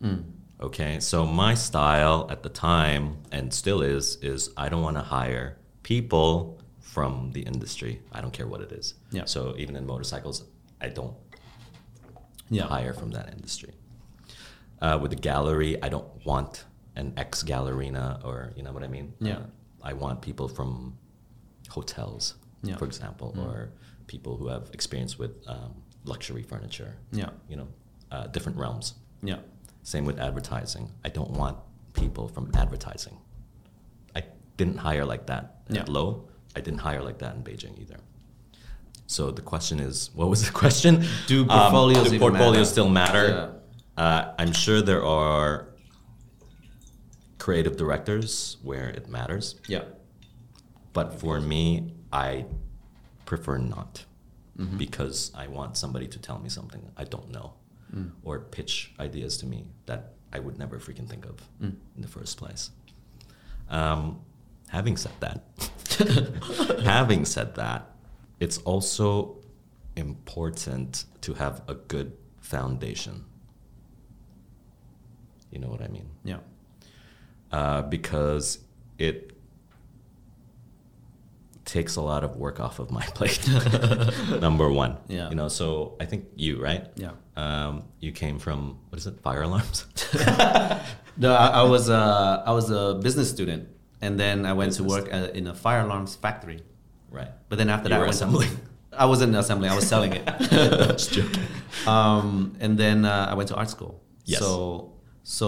Speaker 2: Hmm.
Speaker 3: Okay, so my style at the time and still is is I don't want to hire people from the industry. I don't care what it is.
Speaker 2: Yeah.
Speaker 3: So even in motorcycles, I don't
Speaker 2: yeah
Speaker 3: hire from that industry. Uh, with the gallery, I don't want an ex gallerina or you know what I mean.
Speaker 2: Yeah.
Speaker 3: Uh, I want people from hotels,
Speaker 2: Yeah. Hmm.
Speaker 3: for example, or people who have experience with um, luxury furniture.
Speaker 2: yeah
Speaker 3: You know, uh, different realms.
Speaker 2: yeah
Speaker 3: Same with advertising. I don't want people from advertising. I didn't hire like that
Speaker 2: Yeah.
Speaker 3: at Low. I didn't hire like that in Beijing either. So the question is, what was the [laughs] question? Um,
Speaker 2: Do portfolios
Speaker 3: do
Speaker 2: even
Speaker 3: portfolios
Speaker 2: matter?
Speaker 3: still matter? Uh, I'm sure there are creative directors where it matters,
Speaker 2: yeah
Speaker 3: but for me, I prefer not
Speaker 2: Mm-hmm.
Speaker 3: because I want somebody to tell me something I don't know
Speaker 2: Mm.
Speaker 3: or pitch ideas to me that I would never freaking think of
Speaker 2: Mm.
Speaker 3: in the first place. Um, having said that, [laughs] having said that, it's also important to have a good foundation. You know what I mean?
Speaker 2: yeah
Speaker 3: uh, because it takes a lot of work off of my [laughs] plate. Number one,
Speaker 2: Yeah.
Speaker 3: you know. So I think you, right?
Speaker 2: yeah
Speaker 3: Um, you came from what is it? Fire alarms. [laughs]
Speaker 2: no I, I was uh, i was a business student and then I went to work at, in a fire alarms factory.
Speaker 3: Right.
Speaker 2: But then after
Speaker 3: You
Speaker 2: that,
Speaker 3: were
Speaker 2: I went
Speaker 3: assembling.
Speaker 2: To, [laughs] I wasn't assembling. I was selling it. [laughs]
Speaker 3: Just joking.
Speaker 2: um, and then uh, I went to art school.
Speaker 3: Yes.
Speaker 2: So so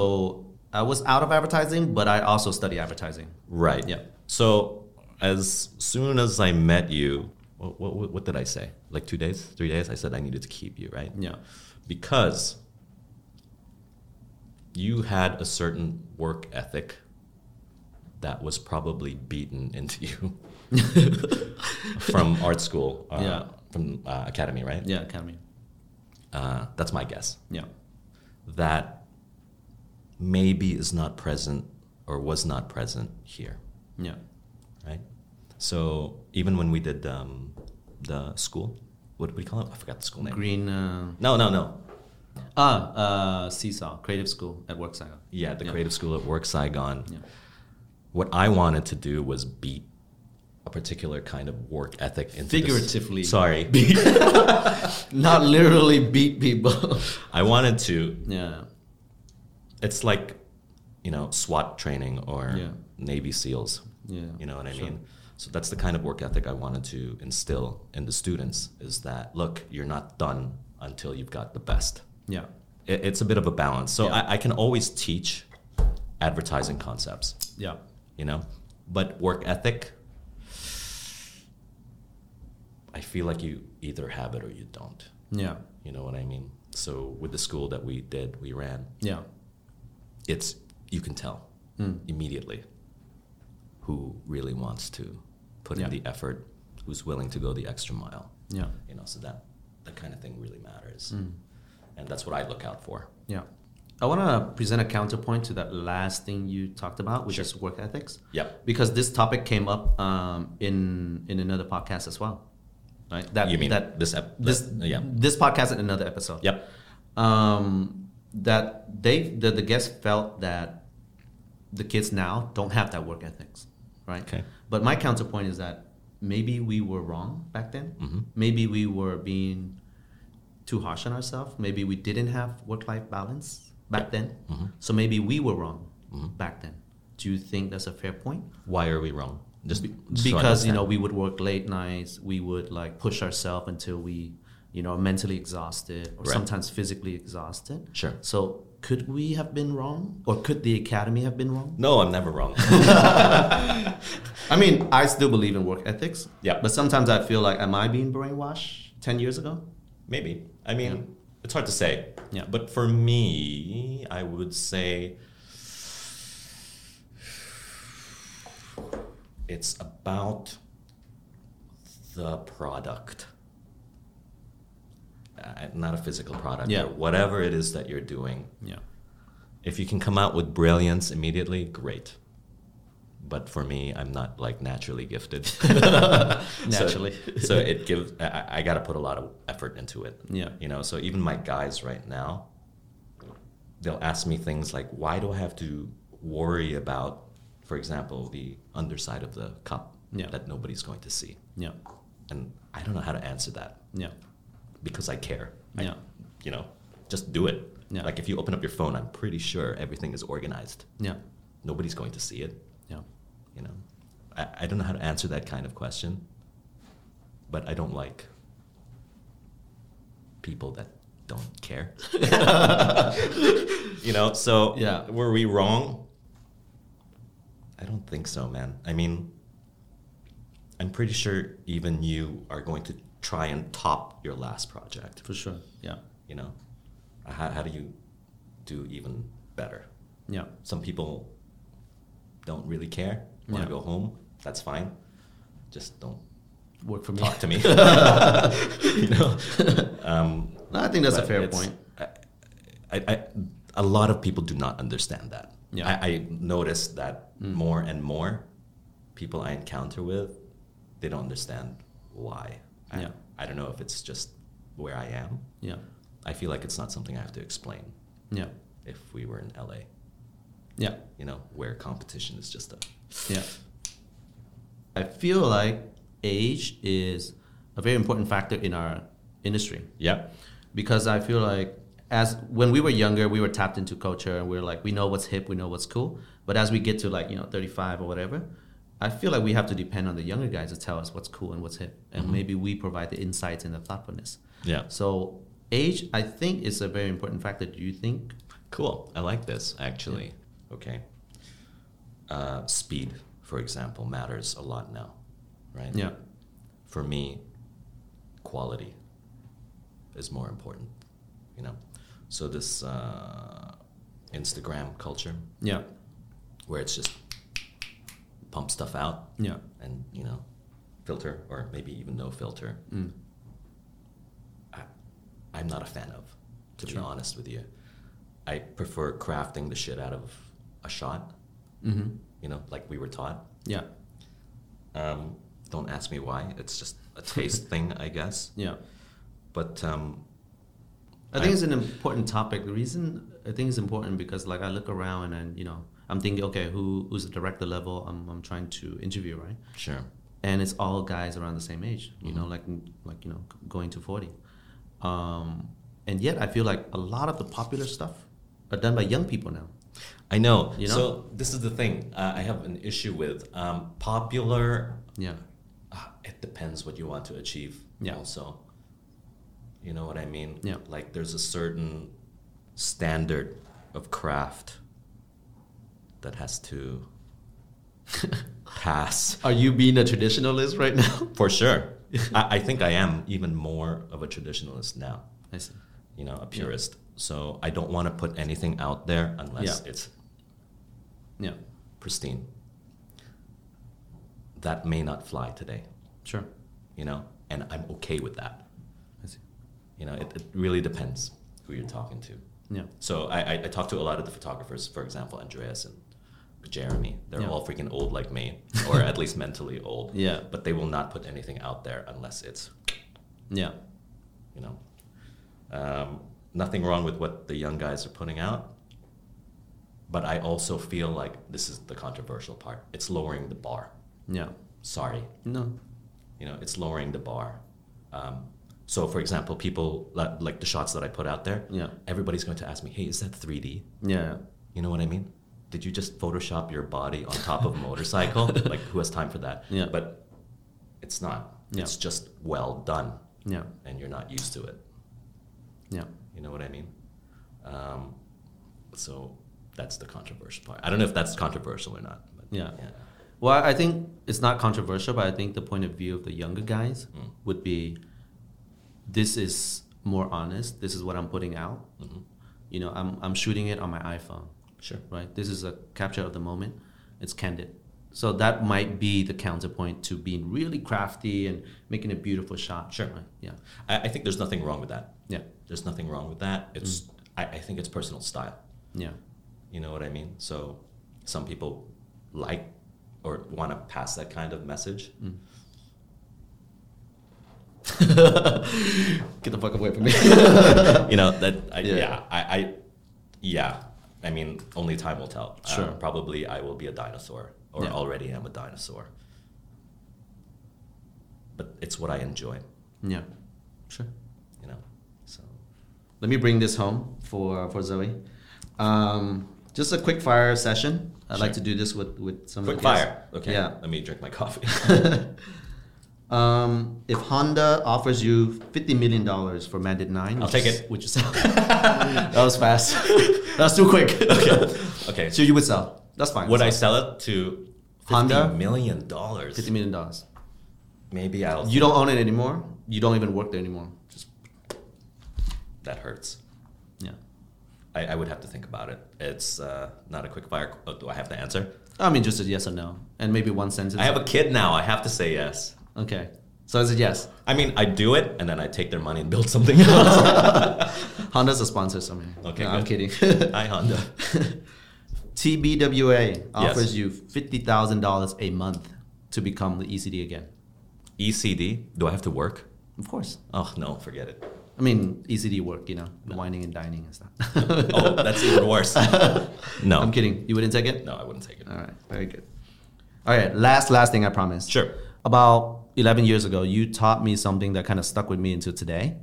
Speaker 2: I was out of advertising, but I also study advertising.
Speaker 3: Right.
Speaker 2: Yeah.
Speaker 3: So as soon as I met you, what, what, what did I say? Like two days, three days? I said I needed to keep you, right?
Speaker 2: Yeah.
Speaker 3: Because you had a certain work ethic that was probably beaten into you from art school, uh,
Speaker 2: Yeah.
Speaker 3: from uh, academy, right?
Speaker 2: Yeah, academy.
Speaker 3: Uh, that's my guess.
Speaker 2: Yeah.
Speaker 3: That maybe is not present or was not present here.
Speaker 2: Yeah.
Speaker 3: right? So even when we did um, the school, what do we call it? I forgot the school name.
Speaker 2: Green. Uh,
Speaker 3: No, no, no.
Speaker 2: ah, uh, Seesaw Creative School at Work Saigon.
Speaker 3: Yeah, the
Speaker 2: Yeah.
Speaker 3: creative school at Work Saigon.
Speaker 2: Yeah.
Speaker 3: What I wanted to do was beat a particular kind of work ethic into this-
Speaker 2: Figuratively. [laughs]
Speaker 3: Sorry,
Speaker 2: Not literally beat people. [laughs]
Speaker 3: I wanted to.
Speaker 2: yeah.
Speaker 3: It's like, you know, SWAT training or
Speaker 2: Yeah.
Speaker 3: Navy SEALs.
Speaker 2: Yeah.
Speaker 3: You know what I
Speaker 2: Sure.
Speaker 3: mean? So that's the kind of work ethic I wanted to instill in the students. Is that look, you're not done until you've got the best.
Speaker 2: Yeah.
Speaker 3: it, it's a bit of a balance. So
Speaker 2: Yeah.
Speaker 3: I, I can always teach advertising concepts,
Speaker 2: Yeah.
Speaker 3: you know, but work ethic, I feel like you either have it or you don't.
Speaker 2: Yeah.
Speaker 3: You know what I mean? So with the school that we did, we ran,
Speaker 2: Yeah.
Speaker 3: it's you can tell
Speaker 2: Hmm.
Speaker 3: immediately who really wants to put in
Speaker 2: Yeah.
Speaker 3: the effort, who's willing to go the extra mile.
Speaker 2: Yeah.
Speaker 3: You know, so that that kind of thing really matters,
Speaker 2: Hmm.
Speaker 3: and that's what I look out for.
Speaker 2: Yeah. I want to present a counterpoint to that last thing you talked about, which is work ethics.
Speaker 3: Yep.
Speaker 2: Because this topic came up um, in in another podcast as well, right? That
Speaker 3: You mean
Speaker 2: that
Speaker 3: this ep-
Speaker 2: this
Speaker 3: yeah.
Speaker 2: this podcast and another episode.
Speaker 3: Yep.
Speaker 2: Um, that they the, the guests felt that the kids now don't have that work ethics, right?
Speaker 3: Okay.
Speaker 2: But my counterpoint is that maybe we were wrong back then.
Speaker 3: Mm-hmm.
Speaker 2: Maybe we were being too harsh on ourselves. Maybe we didn't have work life balance back then.
Speaker 3: Mm-hmm.
Speaker 2: So maybe we were wrong back then. Do you think that's a fair point?
Speaker 3: Why are we wrong? Just be- just so
Speaker 2: because
Speaker 3: I
Speaker 2: you
Speaker 3: understand.
Speaker 2: know we would work late nights we would like push ourselves until we you know are mentally exhausted or
Speaker 3: Right.
Speaker 2: sometimes physically exhausted
Speaker 3: Sure.
Speaker 2: so could we have been wrong or could the academy have been wrong
Speaker 3: No, I'm never wrong.
Speaker 2: [laughs] i mean i still believe in work ethics
Speaker 3: Yeah.
Speaker 2: but sometimes i feel like am i being brainwashed 10 years ago
Speaker 3: Maybe. I mean, it's hard to say.
Speaker 2: Yeah.
Speaker 3: But for me, I would say it's about the product. Uh, not a physical product.
Speaker 2: Yeah.
Speaker 3: but Whatever it is that you're doing,
Speaker 2: yeah
Speaker 3: if you can come out with brilliance immediately, great. But for me, I'm not like naturally gifted. [laughs]
Speaker 2: Naturally.
Speaker 3: so, so it gives. I- I, I got to put a lot of effort into it.
Speaker 2: Yeah.
Speaker 3: you know. So even my guys right now, they'll ask me things like, "Why do I have to worry about, for example, the underside of the cup
Speaker 2: Yeah.
Speaker 3: that nobody's going to see?"
Speaker 2: yeah
Speaker 3: And I don't know how to answer that
Speaker 2: yeah
Speaker 3: because I care. I-
Speaker 2: yeah
Speaker 3: you know, just do it.
Speaker 2: Yeah.
Speaker 3: Like if you open up your phone, I'm pretty sure everything is organized
Speaker 2: yeah
Speaker 3: nobody's going to see it
Speaker 2: yeah
Speaker 3: you know I, I don't know how to answer that kind of question but i don't like people that don't care [laughs] you know so
Speaker 2: Yeah.
Speaker 3: were we wrong i don't think so man i mean i'm pretty sure even you are going to try and top your last project
Speaker 2: for sure yeah
Speaker 3: you know how, how do you do even better
Speaker 2: yeah
Speaker 3: some people don't really care want
Speaker 2: Yeah.
Speaker 3: to go home that's fine just don't
Speaker 2: work for me
Speaker 3: talk to
Speaker 2: [laughs]
Speaker 3: me you know um,
Speaker 2: No, i think that's a
Speaker 3: but
Speaker 2: fair
Speaker 3: it's-
Speaker 2: point
Speaker 3: I, I, a lot of people do not understand that
Speaker 2: Yeah. Mm.
Speaker 3: I, I notice that more and more people i encounter with they don't understand why I,
Speaker 2: Yeah.
Speaker 3: I don't know if it's just where i am
Speaker 2: yeah
Speaker 3: i feel like it's not something i have to explain
Speaker 2: yeah
Speaker 3: if we were in la
Speaker 2: yeah
Speaker 3: you know where competition is just a
Speaker 2: Yeah. I feel like age is a very important factor in our industry
Speaker 3: Yeah.
Speaker 2: because I feel like as when we were younger, we were tapped into culture and we are like, we know what's hip, we know what's cool. But as we get to like, you know, 35 or whatever, I feel like we have to depend on the younger guys to tell us what's cool and what's hip. And maybe we provide the insights and the thoughtfulness.
Speaker 3: Yeah.
Speaker 2: So age, I think, is a very important factor. Do you think?
Speaker 3: Cool. I like this actually. Okay. Uh, speed, for example, matters a lot now, right?
Speaker 2: Yeah.
Speaker 3: For me, quality is more important, you know? So, this uh, Instagram culture
Speaker 2: Yeah.
Speaker 3: where it's just pump stuff out
Speaker 2: Yeah.
Speaker 3: and, you know, filter or maybe even no filter,
Speaker 2: Mm.
Speaker 3: I, I'm not a fan of, to
Speaker 2: Sure.
Speaker 3: be honest with you. I prefer crafting the shit out of a shot,
Speaker 2: Mm-hmm.
Speaker 3: you know, like we were taught.
Speaker 2: Yeah.
Speaker 3: Um, don't ask me why. It's just a taste thing, I guess.
Speaker 2: Yeah.
Speaker 3: But um,
Speaker 2: I think it's an important topic. The reason I think it's important because like I look around and, then, you know, I'm thinking, okay, who who's the director level I'm, I'm trying to interview, right?
Speaker 3: sure.
Speaker 2: and it's all guys around the same age you know like like you know going to 40 um, and yet i feel like a lot of the popular stuff are done by young people now
Speaker 3: I know.
Speaker 2: You know?
Speaker 3: So this is the thing uh, I have an issue with. Um, popular,
Speaker 2: yeah
Speaker 3: uh, it depends what you want to achieve.
Speaker 2: Yeah.
Speaker 3: Also, you know what I mean.
Speaker 2: Yeah.
Speaker 3: Like there's a certain standard of craft that has
Speaker 2: [laughs]
Speaker 3: to pass.
Speaker 2: are you being a traditionalist right now
Speaker 3: For sure. I, I think I am even more of a traditionalist now,
Speaker 2: [laughs] i see
Speaker 3: you know, a purist. So I don't want to put anything out there unless
Speaker 2: Yeah.
Speaker 3: it's
Speaker 2: yeah
Speaker 3: pristine. That may not fly today,
Speaker 2: sure
Speaker 3: you know, and I'm okay with that.
Speaker 2: i see
Speaker 3: You know, it, it really depends who you're talking to.
Speaker 2: yeah
Speaker 3: So I, I, I talk to a lot of the photographers, for example, Andreas and Jeremy. They're
Speaker 2: Yeah.
Speaker 3: all freaking old like
Speaker 2: [laughs]
Speaker 3: me, or at least mentally old.
Speaker 2: Yeah.
Speaker 3: But they will not put anything out there unless it's
Speaker 2: yeah
Speaker 3: you know um, nothing wrong with what the young guys are putting out but i also feel like this is the controversial part it's lowering the bar
Speaker 2: yeah
Speaker 3: sorry
Speaker 2: no
Speaker 3: you know it's lowering the bar um, so for example people like, like the shots that i put out there
Speaker 2: Yeah.
Speaker 3: everybody's going to ask me hey is that 3d
Speaker 2: yeah
Speaker 3: you know what i mean did you just photoshop your body on top of a
Speaker 2: [laughs]
Speaker 3: motorcycle like who has time for that
Speaker 2: Yeah.
Speaker 3: but it's not
Speaker 2: Yeah.
Speaker 3: it's just well done
Speaker 2: yeah
Speaker 3: and you're not used to it
Speaker 2: yeah
Speaker 3: You know what I mean? Um, so that's the controversial part. I don't know if that's controversial or not. But
Speaker 2: Yeah. Well, I think it's not controversial, but I think the point of view of the younger guys would be this is more honest. This is what I'm putting out. You know, I'm, I'm shooting it on my iPhone,
Speaker 3: Sure.
Speaker 2: right? This is a capture of the moment. It's candid. So that might be the counterpoint to being really crafty and making a beautiful shot.
Speaker 3: Sure.
Speaker 2: Right? Yeah.
Speaker 3: I, I think there's nothing wrong with that.
Speaker 2: Yeah.
Speaker 3: There's nothing wrong with that. It's I, I think it's personal style.
Speaker 2: Yeah.
Speaker 3: You know what I mean? So some people like or want to pass that kind of message.
Speaker 2: Mm. [laughs] Get the fuck away from me.
Speaker 3: you know that I,
Speaker 2: Yeah.
Speaker 3: yeah. I, I yeah i mean only time will tell Uh,
Speaker 2: Sure.
Speaker 3: probably i will be a dinosaur or
Speaker 2: Yeah.
Speaker 3: already am a dinosaur but it's what i enjoy
Speaker 2: [laughs] yeah. Sure.
Speaker 3: you know so
Speaker 2: let me bring this home for for Zoe. Um, just a quick fire session. I'd like to
Speaker 3: Sure.
Speaker 2: do this with with some
Speaker 3: quick
Speaker 2: of the guests.
Speaker 3: fire okay
Speaker 2: Yeah.
Speaker 3: let me drink my coffee
Speaker 2: [laughs]
Speaker 3: [laughs]
Speaker 2: Um, if Honda offers you fifty million dollars for Mandate Nine,
Speaker 3: I'll
Speaker 2: would
Speaker 3: take
Speaker 2: you-
Speaker 3: it.
Speaker 2: Would you sell? [laughs] that was
Speaker 3: [laughs]
Speaker 2: fast. that was too quick. Okay.
Speaker 3: okay
Speaker 2: So you would sell. That's fine.
Speaker 3: would i sell it to
Speaker 2: Honda?
Speaker 3: $50 million dollars
Speaker 2: Fifty million dollars.
Speaker 3: maybe i'll
Speaker 2: You don't own it anymore. You don't even work there anymore. Just
Speaker 3: that hurts
Speaker 2: yeah.
Speaker 3: I, I would have to think about it it's uh, not a quick fire oh, do i have to answer
Speaker 2: I mean, just a yes or no, and maybe one sentence.
Speaker 3: i have a kid now i have to say yes
Speaker 2: okay. So is it yes?
Speaker 3: I mean, I do it and then I take their money and build something [laughs] else.
Speaker 2: [laughs] Honda's a sponsor somewhere.
Speaker 3: Okay,
Speaker 2: No, I'm
Speaker 3: good.
Speaker 2: kidding. [laughs]
Speaker 3: Hi, Honda.
Speaker 2: TBWA offers you fifty thousand dollars a month to become the ECD again.
Speaker 3: ECD, E do I have to work?
Speaker 2: Of course,
Speaker 3: Oh, no, forget it.
Speaker 2: I mean ECD work, you know, the whining and dining and stuff. [laughs]
Speaker 3: Oh, that's even worse. No.
Speaker 2: I'm kidding. You wouldn't take it.
Speaker 3: No, I wouldn't take it.
Speaker 2: All right, very good. All right, last last thing I promise.
Speaker 3: Sure.
Speaker 2: About eleven years ago, you taught me something that kind of stuck with me until today.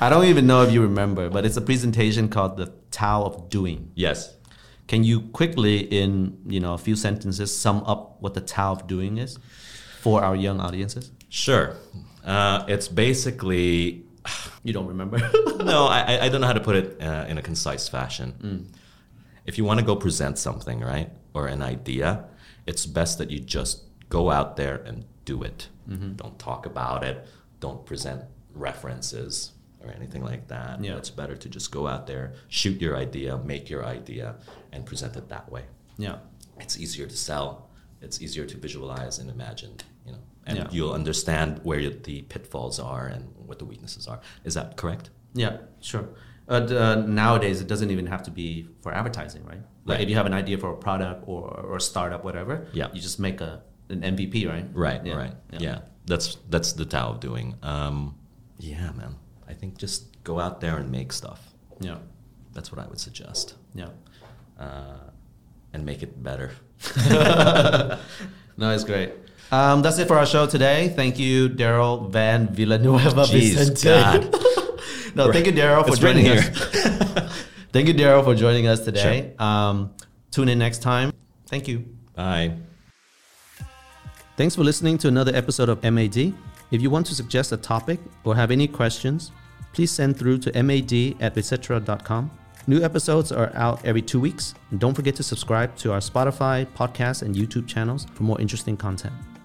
Speaker 2: I don't even know if you remember, but it's a presentation called the Tao of Doing.
Speaker 3: Yes.
Speaker 2: Can you quickly, in you know a few sentences, sum up what the Tao of Doing is for our young audiences?
Speaker 3: Sure. Uh, it's basically
Speaker 2: You don't remember? [laughs]
Speaker 3: no, I, I- I don't know how to put it uh, in a concise fashion.
Speaker 2: Mm.
Speaker 3: If you want to go present something, right, or an idea, it's best that you just go out there and do it.
Speaker 2: Mm-hmm.
Speaker 3: Don't talk about it. Don't present references or anything like that.
Speaker 2: Yeah.
Speaker 3: It's better to just go out there, shoot your idea, make your idea, and present it that way.
Speaker 2: yeah.
Speaker 3: It's easier to sell. It's easier to visualize and imagine. You know, and
Speaker 2: Yeah.
Speaker 3: you'll understand where the pitfalls are and what the weaknesses are. Is that correct?
Speaker 2: Yeah, sure. But uh, nowadays, it doesn't even have to be for advertising, right? Like
Speaker 3: Right.
Speaker 2: if you have an idea for a product or or a startup, whatever,
Speaker 3: Yeah.
Speaker 2: you just make a an MVP, right?
Speaker 3: Right,
Speaker 2: Yeah,
Speaker 3: right. Yeah. That's that's the Tao of doing. Um, yeah, man. I think just go out there and make stuff.
Speaker 2: yeah,
Speaker 3: That's what I would suggest.
Speaker 2: yeah.
Speaker 3: Uh, and make it better.
Speaker 2: [laughs]
Speaker 3: [laughs]
Speaker 2: No, it's great. Um, that's it for our show today. Thank you, Daryl Van Villanueva.
Speaker 3: Jeez,
Speaker 2: Vicente. [laughs]
Speaker 3: God.
Speaker 2: no, thank you, Daryl, for
Speaker 3: It's written
Speaker 2: joining us. [laughs] thank you, Daryl, for joining us today. Um, tune in next time. Thank you.
Speaker 3: Bye.
Speaker 2: Thanks for listening to another episode of MAD. If you want to suggest a topic or have any questions, please send through to mad at etc.com. New episodes are out every two weeks. And don't forget to subscribe to our Spotify, podcast, and YouTube channels for more interesting content.